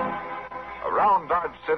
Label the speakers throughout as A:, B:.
A: Around Dodge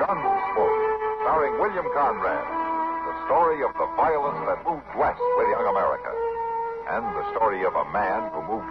A: Gunsmoke, starring William Conrad. The story of the violence that moved west with young America. And the story of a man who moved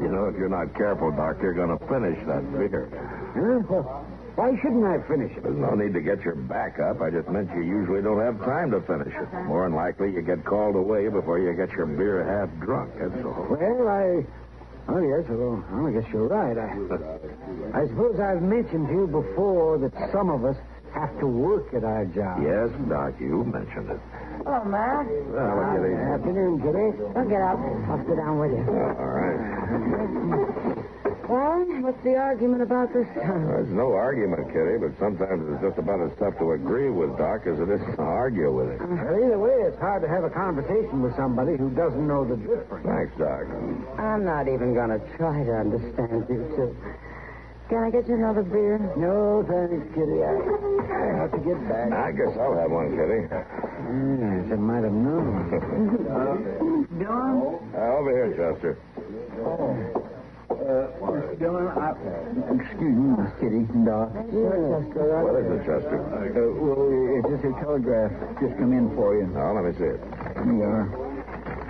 B: You know, if you're not careful, Doc, you're going to finish that beer.
C: Huh? Well, why shouldn't I finish it?
B: There's no need to get your back up. I just meant you usually don't have time to finish it. More than likely, you get called away before you get your beer half drunk. That's all.
C: Well, I. Oh, yes, well, well, I guess you're right. I, I suppose I've mentioned to you before that some of us have to work at our job.
B: Yes, Doc, you mentioned it.
D: Hello, Matt.
B: Well, look at
C: Good
B: these.
C: afternoon, Kitty.
D: Don't get up. I'll sit down with you.
B: All right.
D: Well, what's the argument about this time?
B: There's no argument, Kitty, but sometimes it's just about as tough to agree with Doc as it is to argue with him.
C: Well, either way, it's hard to have a conversation with somebody who doesn't know the difference.
B: Thanks, Doc.
D: I'm not even going to try to understand you two. Can I get you another beer?
C: No, thanks, Kitty. I, I have to get back.
B: I guess I'll have one, Kitty.
C: Yes, I might have known.
D: Don?
B: Uh, over here, Chester.
C: ah, Excuse me, Kitty. No.
B: What is it, Chester?
C: Uh, well, it's just a telegraph. Just come in for you.
B: Now, Oh, let me see it.
C: Here you are.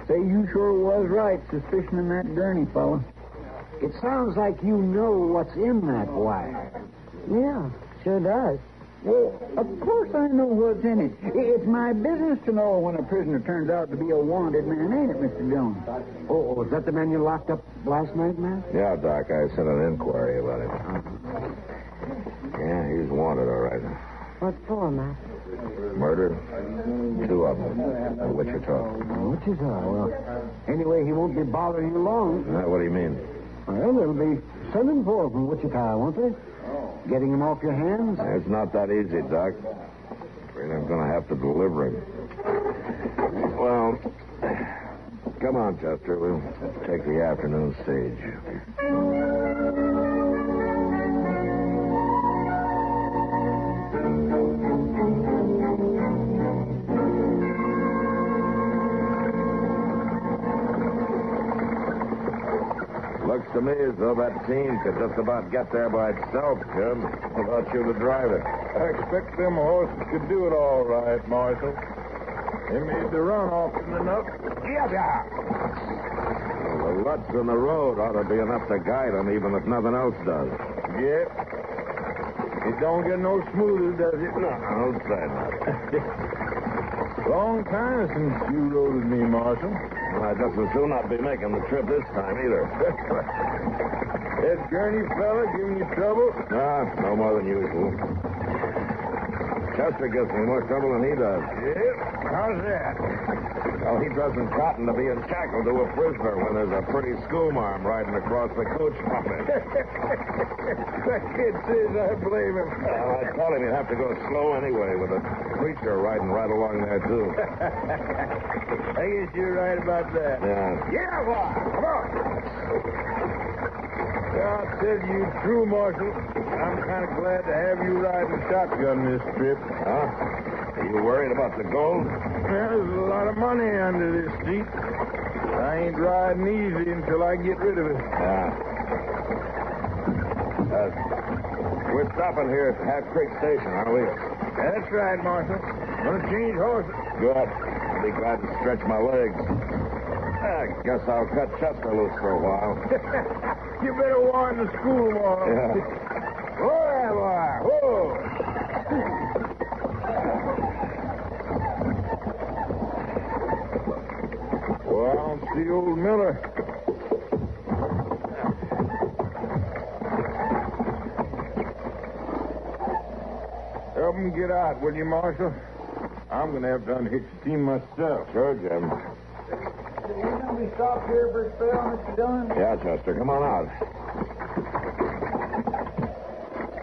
C: Say, you sure was right suspicioning that Gurney fellow. It sounds like you know what's in that wire.
D: Yeah, sure does.
C: Well, of course I know what's in it. I- It's my business to know when a prisoner turns out to be a wanted man, ain't it, Mr. Jones? Oh, oh, is that the man you locked up last night, Matt?
B: Yeah, Doc, I sent an inquiry about him. Yeah, he's wanted, all right.
D: What for, Matt?
B: Murder? Two of them. At Wichita.
C: Which is all. Well, anyway, he won't be bothering you long.
B: Now, what do you mean?
C: Well, they'll be sending for him from Wichita, won't they? Getting him off your hands?
B: It's not that easy, Doc. Afraid I'm going to have to deliver him. Well, come on, Chester. We'll take the afternoon stage. Looks to me as though that team could just about get there by itself, Jim, without you the driver.
E: I expect them horses could do it all right, Marshal. They made the run often enough.
B: Well, the ruts in the road ought to be enough to guide them, even if nothing else does.
E: Yep. It don't get no smoother, does it?
B: No, don't say that.
E: Long time since you loaded me, Marshal.
B: Well, I just as soon not be making the trip this time either.
E: That Gurney fella giving you trouble?
B: ah, no more than usual. Chester gives me more trouble than he does.
E: Yep. How's that?
B: Well, he doesn't cotton to being shackled to a prisoner when there's a pretty schoolmarm riding across the coach from him.
E: the kid says I blame him.
B: Well, I told him he'd have to go slow anyway with a preacher riding right along there, too.
E: I guess you're right about that.
B: Yeah.
E: Yeah, boy. Come on. Well, I'll tell you true, Marshal. I'm kind of glad to have you riding shotgun this trip.
B: Huh? Are you worried about the gold?
E: There's a lot of money under this seat. I ain't riding easy until I get rid of it.
B: Yeah. Uh, we're stopping here at Half Creek Station, aren't we?
E: That's right, Marshal. Gonna change horses.
B: Good. I'll be glad to stretch my legs. I guess I'll cut Chester loose for a while.
E: You better warn the school, Marshal.
B: Yeah.
E: Whoa, boy. Whoa. Well, I don't see old Miller. Help him get out, will you, Marshal? I'm going to have to unhitch the team myself.
B: Sure, Jim.
C: We stopped here for a spell, Mr. Dillon.
B: Yeah, Chester, come on out.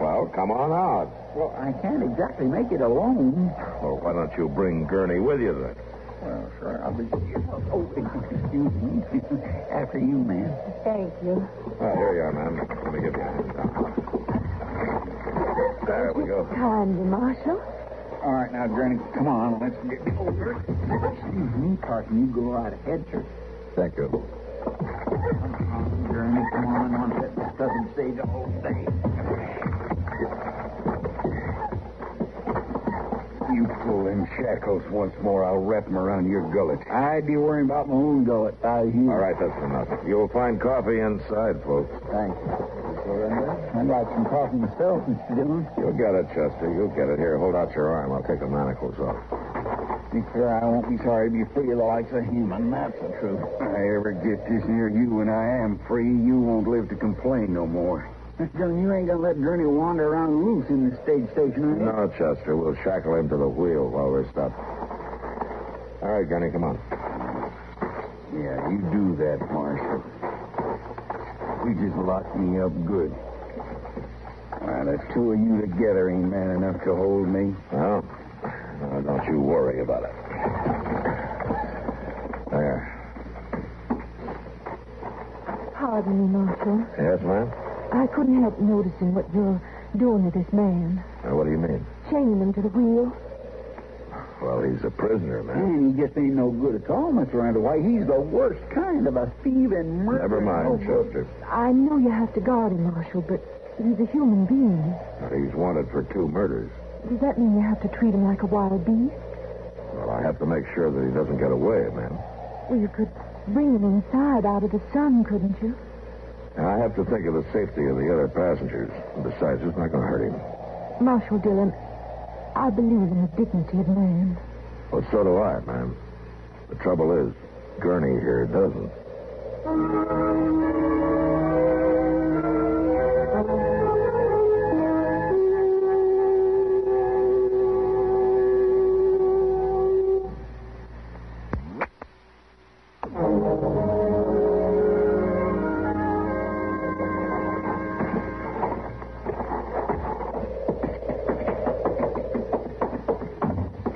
B: Well, come on out.
C: Well, I can't exactly make it alone.
B: Well, why don't you bring Gurney with you then?
C: Well, sure, I'll be. Oh, excuse me. After you, ma'am.
D: Thank you.
B: Ah, here you are, ma'am. Let me give you a hand. down. There we go.
D: Kindly, Marshal.
C: All right, now, Granny, come on. Let's get over. Excuse me, Carson. You go right ahead, sir.
B: Thank you.
C: Granny, come on. on that that doesn't stay the whole day. You pull them shackles once more, I'll wrap them around your gullet. I'd be worrying about my own gullet if I was you.
B: All right, that's enough. You'll find coffee inside, folks.
C: Thanks. I'd like some coffee myself, Mr. Dillon.
B: You'll get it, Chester. You'll get it. Here, hold out your arm. I'll take the manacles off.
C: Be clear, I won't be sorry to be free of the likes of him, and that's the truth. If I ever get this near you and I am free, you won't live to complain no more. Mr. Dillon, you ain't gonna let Gurney wander around loose in the stage station, are you?
B: No, Chester. We'll shackle him to the wheel while we're stopped. All right, Gunny, come on.
C: Yeah, you do that, Marshal. You just locked me up good. All right, the two of you together ain't man enough to hold me.
B: Well, now don't you worry about it. There.
D: Pardon me, Marshal.
B: Yes, ma'am?
D: I couldn't help noticing what you're doing to this man.
B: Now, what do you mean?
D: Chaining him to the wheel.
B: Well, he's a prisoner, ma'am.
C: Man, he just ain't no good at all, Mr. Randall. Why, he's the worst kind of a thief and murderer.
B: Never mind,
C: Oh,
B: Chester.
D: I know you have to guard him, Marshal, but he's a human being.
B: He's wanted for two murders.
D: Does that mean you have to treat him like a wild beast?
B: Well, I have to make sure that he doesn't get away, ma'am.
D: Well, you could bring him inside out of the sun, couldn't you?
B: And I have to think of the safety of the other passengers. And Besides, it's not going to hurt him.
D: Marshal Dillon, I believe in the dignity of man.
B: Well, so do I, ma'am. The trouble is, Gurney here doesn't.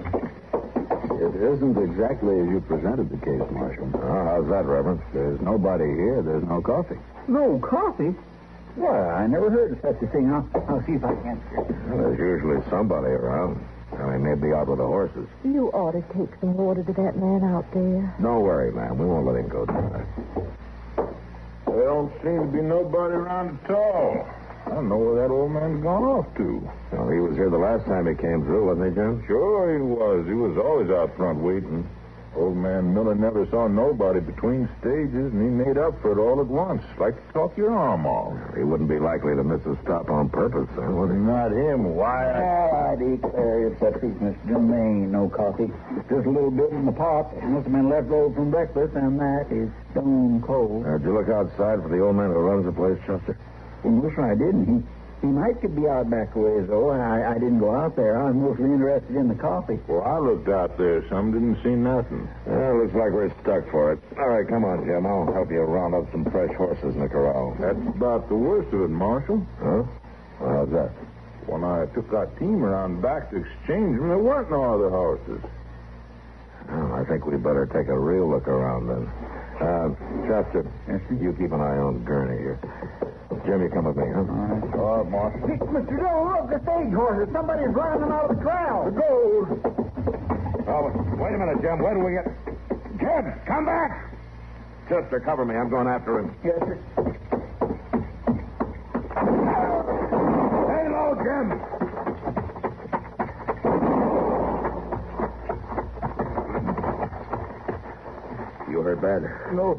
F: It isn't exactly as you presented the case, Marshal.
B: Oh, how's that, Reverend?
F: There's nobody here. There's no coffee.
C: No coffee? Well, I never heard of such a thing. I'll, I'll see if I can.
B: Well, there's usually somebody around. I mean, maybe out with the horses.
D: You ought to take some water to that man out there.
B: Don't worry, ma'am. We won't let him go tonight.
E: There don't seem to be nobody around at all. I don't know where that old man's gone off to.
B: Well, he was here the last time he came through, wasn't he, Jim?
E: Sure he was. He was always out front waiting. Old man Miller never saw nobody between stages, and he made up for it all at once, like to talk your arm off.
B: He wouldn't be likely to miss a stop on purpose, then, would he?
E: Not him. Why?
C: Well, I declare it's a truth, Mr. Dillon. There ain't no coffee. Just a little bit in the pot. It must have been left over from breakfast, and that is stone cold.
B: Uh, did you look outside for the old man who runs the place, Chester?
C: Well, wish I didn't. He He might could be out back ways, though. I, I didn't go out there. I'm mostly interested in the coffee.
E: Well, I looked out there some, didn't see nothing.
B: Well, looks like we're stuck for it. All right, come on, Jim. I'll help you round up some fresh horses in the corral.
E: That's about the worst of it, Marshal.
B: Huh? Well, how's that?
E: When I took our team around back to exchange them, there weren't no other horses.
B: Well, I think we better take a real look around then. Uh, Chester, you keep an eye on Gurney here. Jim, you come with me, huh?
E: All right, Marshal.
C: Mr. Dillon, look, the stage horses. Somebody's driving them out of the corral.
B: Gold! Oh, wait a minute, Jim. Where do we get... Jim, come back! Chester, cover me. I'm going after him.
C: Yes, sir.
B: Hey, low, Jim! You heard bad?
E: No.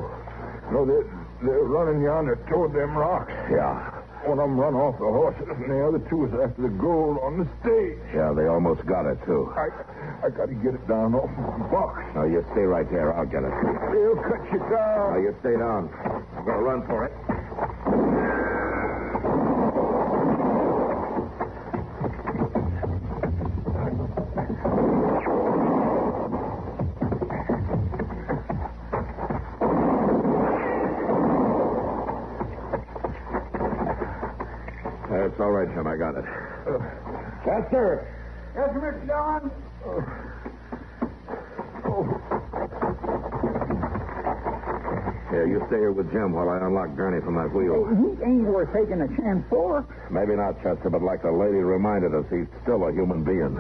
E: No, they're, they're running yonder toward them rocks.
B: Yeah.
E: One of them run off the horses, and the other two is after the gold on the stage.
B: Yeah, they almost got it, too.
E: I, I gotta get it down off my box.
B: Now, you stay right there. I'll get it.
E: They'll cut you
B: Now,
E: down.
B: you stay down. I'm going to run for it. That's Uh, all right, Jim. I got it. Chester!
C: Yes, sir, Mr. Dillon.
B: Here, you stay here with Jim while I unlock Gurney from that wheel.
C: He ain't worth taking a chance for.
B: Maybe not, Chester, but like the lady reminded us, he's still a human being.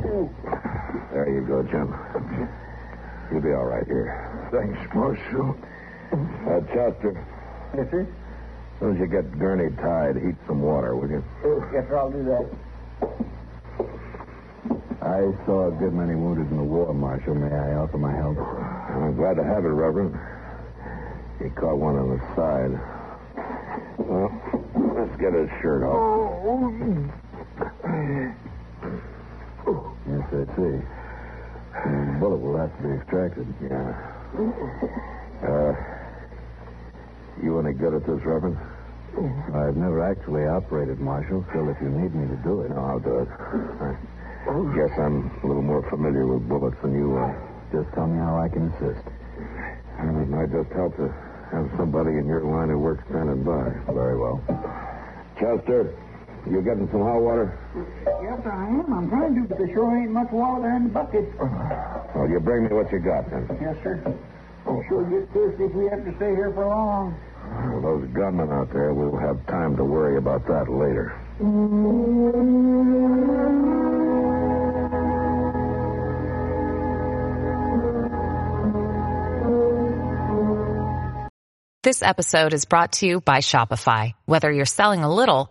B: There you go, Jim. You'll be all right here.
E: Thanks, Marshal.
B: Uh, Chester,
C: Yes, sir.
B: as soon as you get Gurney tied, heat some water, will you?
C: Oh, Yes, sir, I'll do that.
F: I saw a good many wounded in the war, Marshal. May I offer my help?
B: I'm glad to have it, Reverend. He caught one on the side. Well, let's get his shirt off.
F: Yes, I see. The bullet will have to be extracted.
B: Yeah. Uh, you any good at this, Reverend?
F: I've never actually operated, Marshal. Still, if you need me to do it,
B: No, I'll do it. I guess I'm a little more familiar with bullets than you are.
F: just tell me how I can assist.
B: And it might just help to have somebody in your line of work standing by. Very well. Chester, you getting some hot water?
C: Yes, sir, I am. I'm trying to, but there sure ain't much water in the bucket.
B: Well, you bring me what you got, then.
C: Yes, sir. We'll sure get thirsty if we have to stay here for long.
B: Well, those gunmen out there, we'll have time to worry about that later.
G: This episode is brought to you by Shopify. Whether you're selling a little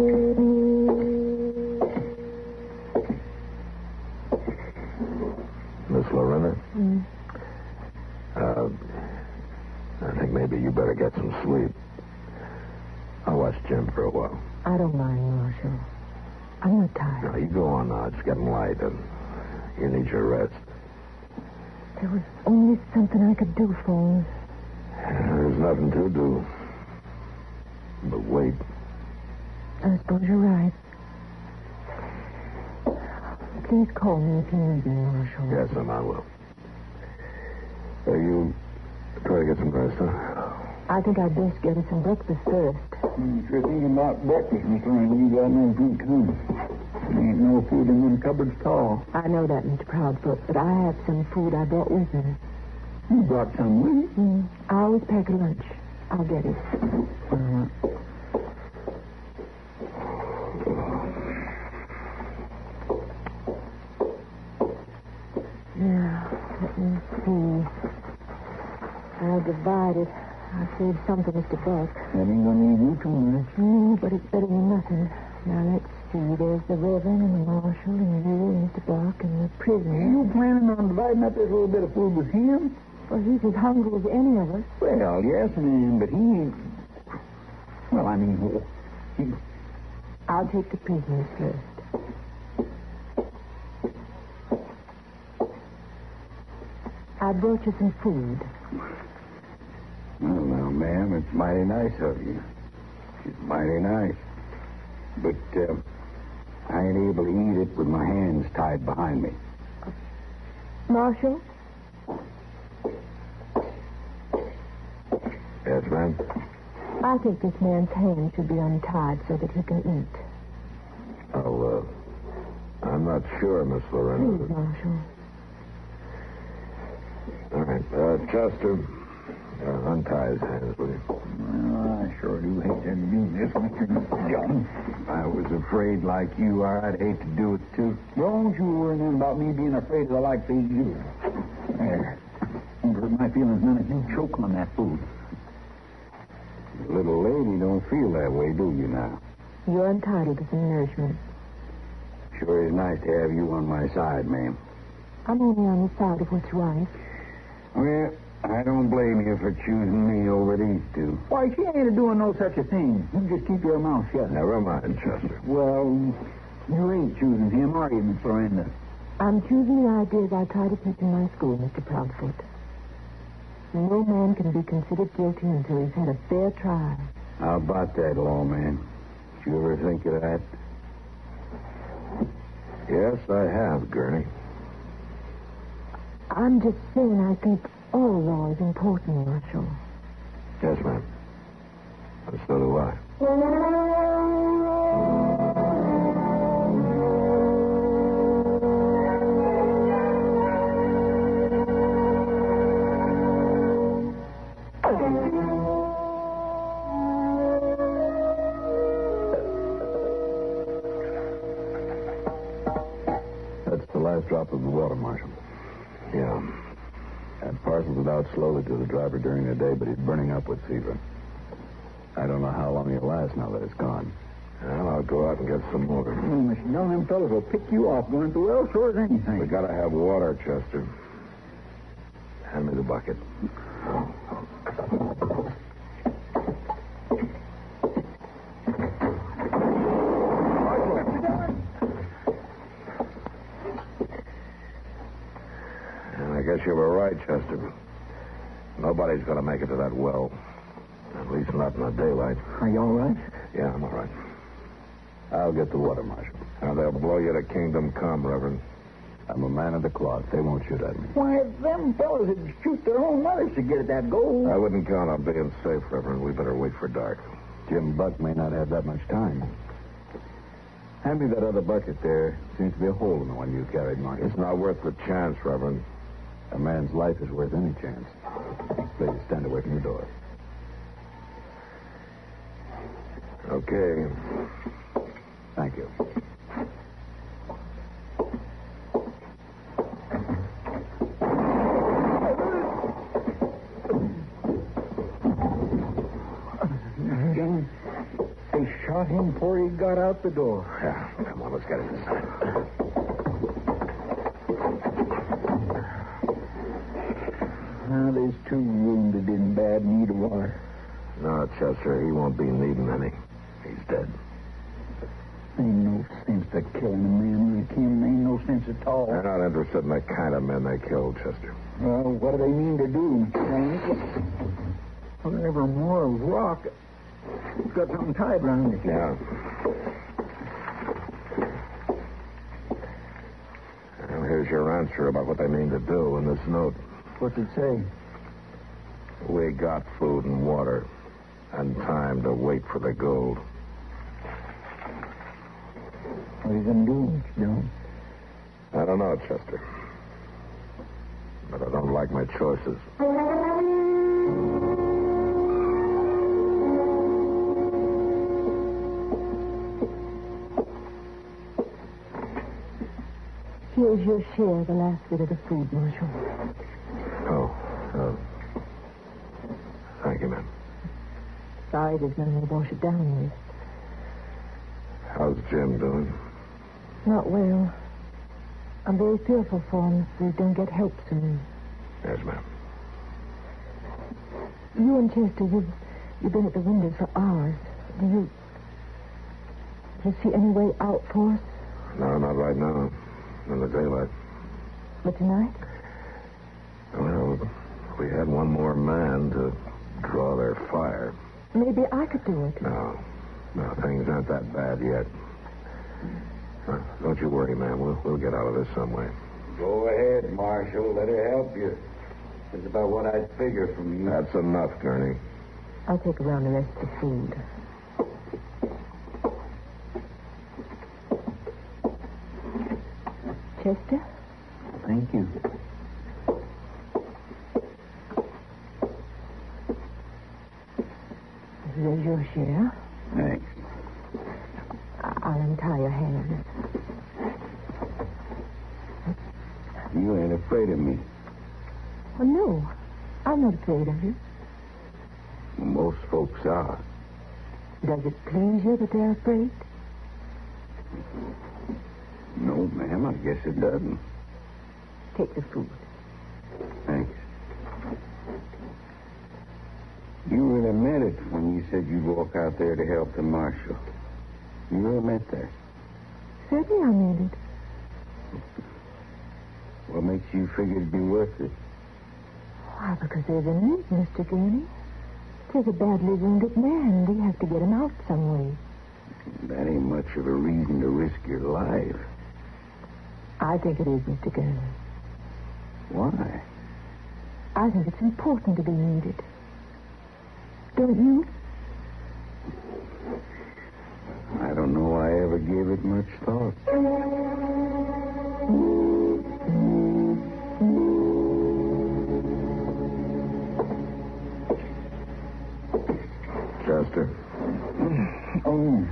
B: Miss Lorena? Uh, I think maybe you better get some sleep. I'll watch Jim for a while.
D: I don't mind, Marshal. I'm not tired.
B: Now, you go on now. It's getting light, and you need your rest.
D: There was only something I could do for him.
B: There's nothing to do. But wait.
D: I suppose you're right. Please call me if you need me, Marshal.
B: Yes, and I will. Uh, you try to get some rest, huh?
D: I think I'd best get us some breakfast first.
C: I'm Hmm, sure thinking about breakfast, Miss Lorraine. You got no food, too. There ain't no food in them cupboards at all.
D: I know that, Mr. Proudfoot, but I have some food I brought with me.
C: You brought some with you.
D: Mm, I always pack lunch. I'll get it.
H: Mm-hmm. Now, let me see. I divided. I saved some for Mr. Buck.
C: That ain't gonna leave you too much.
H: No, but it's better than nothing. Now, let's see. There's the Reverend and the Marshal and the Earl and Mr. Buck and the prisoner.
C: You planning on dividing up this little bit of food with him?
H: Well, he's as hungry as any of us.
C: Well, yes, and but he ain't. Well, I mean, he- he,
H: I'll take the prisoners first. I brought you some food.
C: Well, now, ma'am, it's mighty nice of you. It's mighty nice. But uh, I ain't able to eat it with my hands tied behind me.
H: Marshal,
B: Yes, ma'am.
H: I think this man's hand should be untied so that he can eat.
B: I'll, uh, I'm not sure, Miss Lorena.
H: Please, Marshal.
B: All right. Uh, Chester, uh, untie his hands, will you?
C: Well, I sure do hate to do this, Mr. Young. I was afraid like you are. I'd hate to do it, too. Don't you worry then about me being afraid of the like they do. There. Don't hurt my feelings none if you choke on that food.
B: Little lady don't feel that way, do you now?
H: You're entitled to some nourishment.
B: Sure is nice to have you on my side, ma'am.
H: I'm only on the side of what's right.
B: Well, I don't blame you for choosing me over these two.
C: Why, she ain't doing no such a thing. You just keep your mouth shut.
B: Never mind, Chester.
C: Well, you ain't choosing him, are you, Miss Lorinda?
H: I'm choosing the ideas I try to teach in my school, Mr. Proudfoot. No man can be considered guilty until he's had a fair trial.
B: How about that, lawman? Did you ever think of that? Yes, I have, Gurney.
H: I'm just saying I think all law is important, Marshal.
B: Yes, ma'am. And so do I. That's the last drop of the water, Marshal. Yeah. That parcel's it out slowly to the driver during the day, but he's burning up with fever. I don't know how long he'll last now that it's gone. Well, I'll go out and get some more.
C: Oh, Miss Young, them fellas will pick you off going through well sure as anything.
B: We gotta have water, Chester. Hand me the bucket. And I guess you were right, Chester. Nobody's gonna make it to that well. At least not in the daylight.
C: Are you all right?
B: Yeah, I'm all right. I'll get the water, Marshal. Now, they'll blow you to kingdom come, Reverend. I'm a man of the cloth. They won't shoot at me.
C: Why, them fellas would shoot their own mothers to get at that gold.
B: I wouldn't count on being safe, Reverend. We better wait for dark. Jim Buck may not have that much time. Hand me that other bucket there. Seems to be a hole in the one you carried, Marshal. It's not worth the chance, Reverend. A man's life is worth any chance. Please stand away from the door. Okay. Thank you.
C: Young, Mm-hmm. they shot him before he got out the door.
B: Yeah, come on, let's get it inside.
C: Now, there's two wounded in bad need of water.
B: No, Chester, he won't be needing any. He's dead.
C: Ain't no sense to killing a man like him. Ain't no sense at all.
B: They're not interested in the kind of men they killed, Chester.
C: Well, what do they mean to do? Well, Whatever more of rock. It's got something tied round it.
B: Yeah. Well, here's your answer about what they mean to do in this note.
C: What's it say?
B: We got food and water and time to wait for the gold.
C: What are you going to do, Jones?
B: I don't know, Chester. But I don't like my choices.
H: He Here's your share, the last bit of the food, Marshal.
B: Oh, uh, thank you, ma'am.
H: Sorry there's nothing to wash it down with.
B: How's Jim doing?
H: Not well. I'm very fearful for him if we don't get help soon.
B: Yes, ma'am.
H: You and Chester, you've, you've been at the windows for hours. Do you, do you see any way out for us?
B: No, not right now. In the daylight.
H: But tonight?
B: Well, we had one more man to draw their fire.
H: Maybe I could do it.
B: No. No, things aren't that bad yet. Uh, don't you worry, ma'am. We'll, we'll get out of this some way.
C: Go ahead, Marshal. Let her help you. That's about what I'd figure from you.
B: That's enough, Gurney.
H: I'll take around the rest of the food. Chester?
C: Thank you.
H: There's your share.
C: Thanks.
H: I- I'll untie your hands.
C: You ain't afraid of me.
H: Oh, no. I'm not afraid of you.
B: Most folks are.
H: Does it please you that they're afraid?
C: No, ma'am, I guess it doesn't.
H: Take the food.
C: Thanks. You really meant it when you said you'd walk out there to help the marshal. You really meant that.
H: Certainly I meant it.
C: What makes you figure it'd be worth it?
H: Why, because there's an end, Mr. Gurney. There's a badly wounded man. We have to get him out some way.
C: That ain't much of a reason to risk your life.
H: I think it is, Mr. Gurney.
C: Why?
H: I think it's important to be needed. Don't you?
C: I don't know I ever gave it much thought.
B: Chester,
C: Oh,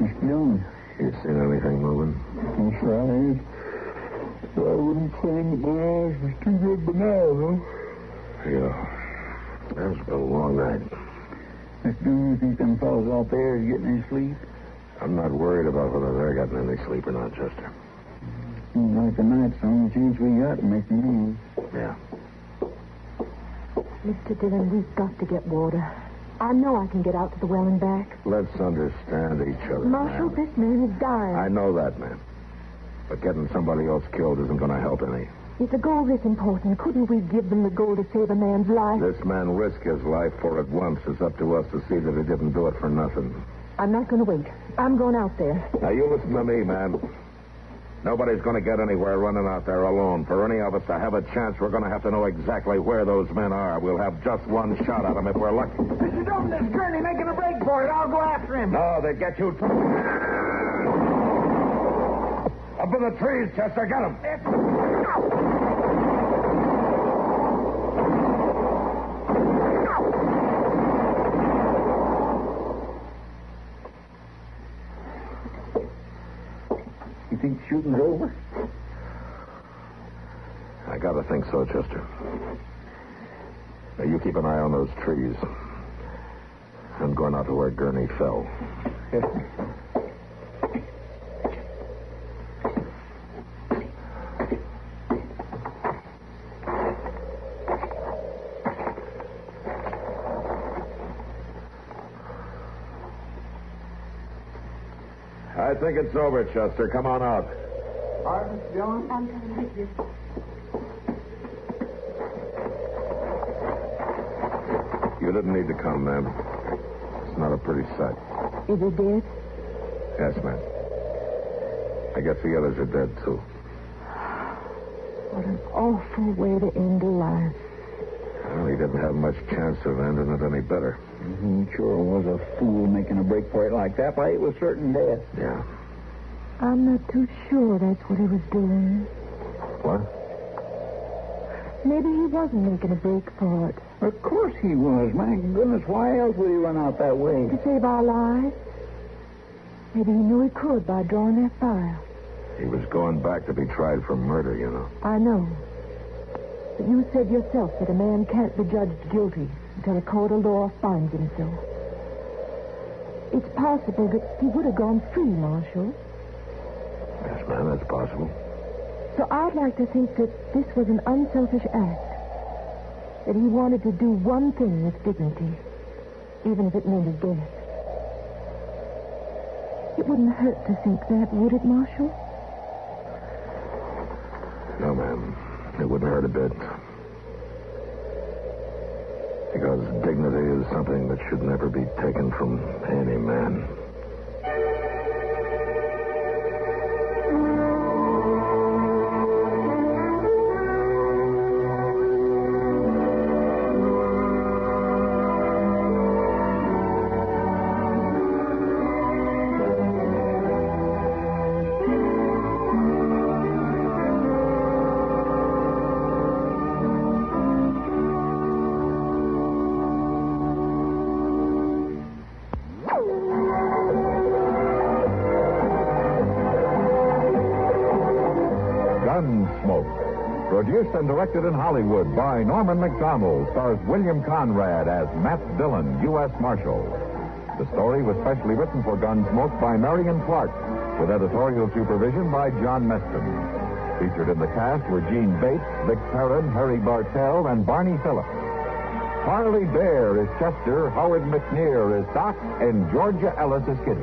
C: Miss Jones.
B: you seen anything moving?
C: I'm sorry. I wouldn't claim that my eyes was too good by now, though.
B: Yeah. That's been a long night.
C: Miss Jones, you think them fellas out there is getting any sleep?
B: I'm not worried about whether they're getting any sleep or not, Chester.
C: Seems like tonight's the only chance we got to make a move.
B: Yeah.
H: Mr. Dillon, we've got to get water. I know I can get out to the well and back.
B: Let's understand each other.
H: Marshal,
B: ma'am.
H: this man is dying.
B: I know that, ma'am. But getting somebody else killed isn't going to help any.
H: If the goal is important, couldn't we give them the goal to save a man's life?
B: This man risked his life for it once. It's up to us to see that he didn't do it for nothing.
H: I'm not going to wait. I'm going out there.
B: Now, you listen to me, ma'am. Nobody's going to get anywhere running out there alone. For any of us to have a chance, we're going to have to know exactly where those men are. We'll have just one shot at them if we're lucky.
C: Mr. Dalton, this Gurney making a break for it. I'll go after him.
B: No, they get you. Up in the trees, Chester. Get him.
C: You think shooting's over?
B: I gotta think so, Chester. Now, you keep an eye on those trees. I'm going out to where Gurney fell. I think it's over, Chester. Come on out.
I: I'm coming with you.
B: You didn't need to come, ma'am. It's not a pretty sight.
H: Is he dead?
B: Yes, ma'am. I guess the others are dead, too.
H: What an awful way to end a life.
B: Well, he didn't have much chance of ending it any better.
C: He sure was a fool making a break for it like that. Why, it was certain death.
B: Yeah.
H: I'm not too sure that's what he was doing.
B: What?
H: Maybe he wasn't making a break for it.
C: Of course he was. My goodness, why else would he run out that way?
H: To save our lives? Maybe he knew he could by drawing that fire.
J: He was going back to be tried for murder, you know.
H: I know. But you said yourself that a man can't be judged guilty until a court of law finds him so. It's possible that he would have gone free, Marshal.
J: Yes, ma'am, that's possible.
H: So I'd like to think that this was an unselfish act. That he wanted to do one thing with dignity, even if it meant his death. It wouldn't hurt to think that, would it, Marshal?
J: No, ma'am. It wouldn't hurt a bit. Because dignity is something that should never be taken from any man.
B: Gunsmoke. Produced and directed in Hollywood by Norman McDonald, stars William Conrad as Matt Dillon, U.S. Marshal. The story was specially written for Gunsmoke by Marion Clark, with editorial supervision by John Meston. Featured in the cast were Gene Bates, Vic Perrin, Harry Bartell, and Barney Phillips. Harley Bear is Chester, Howard McNear is Doc, and Georgia Ellis is Kitty.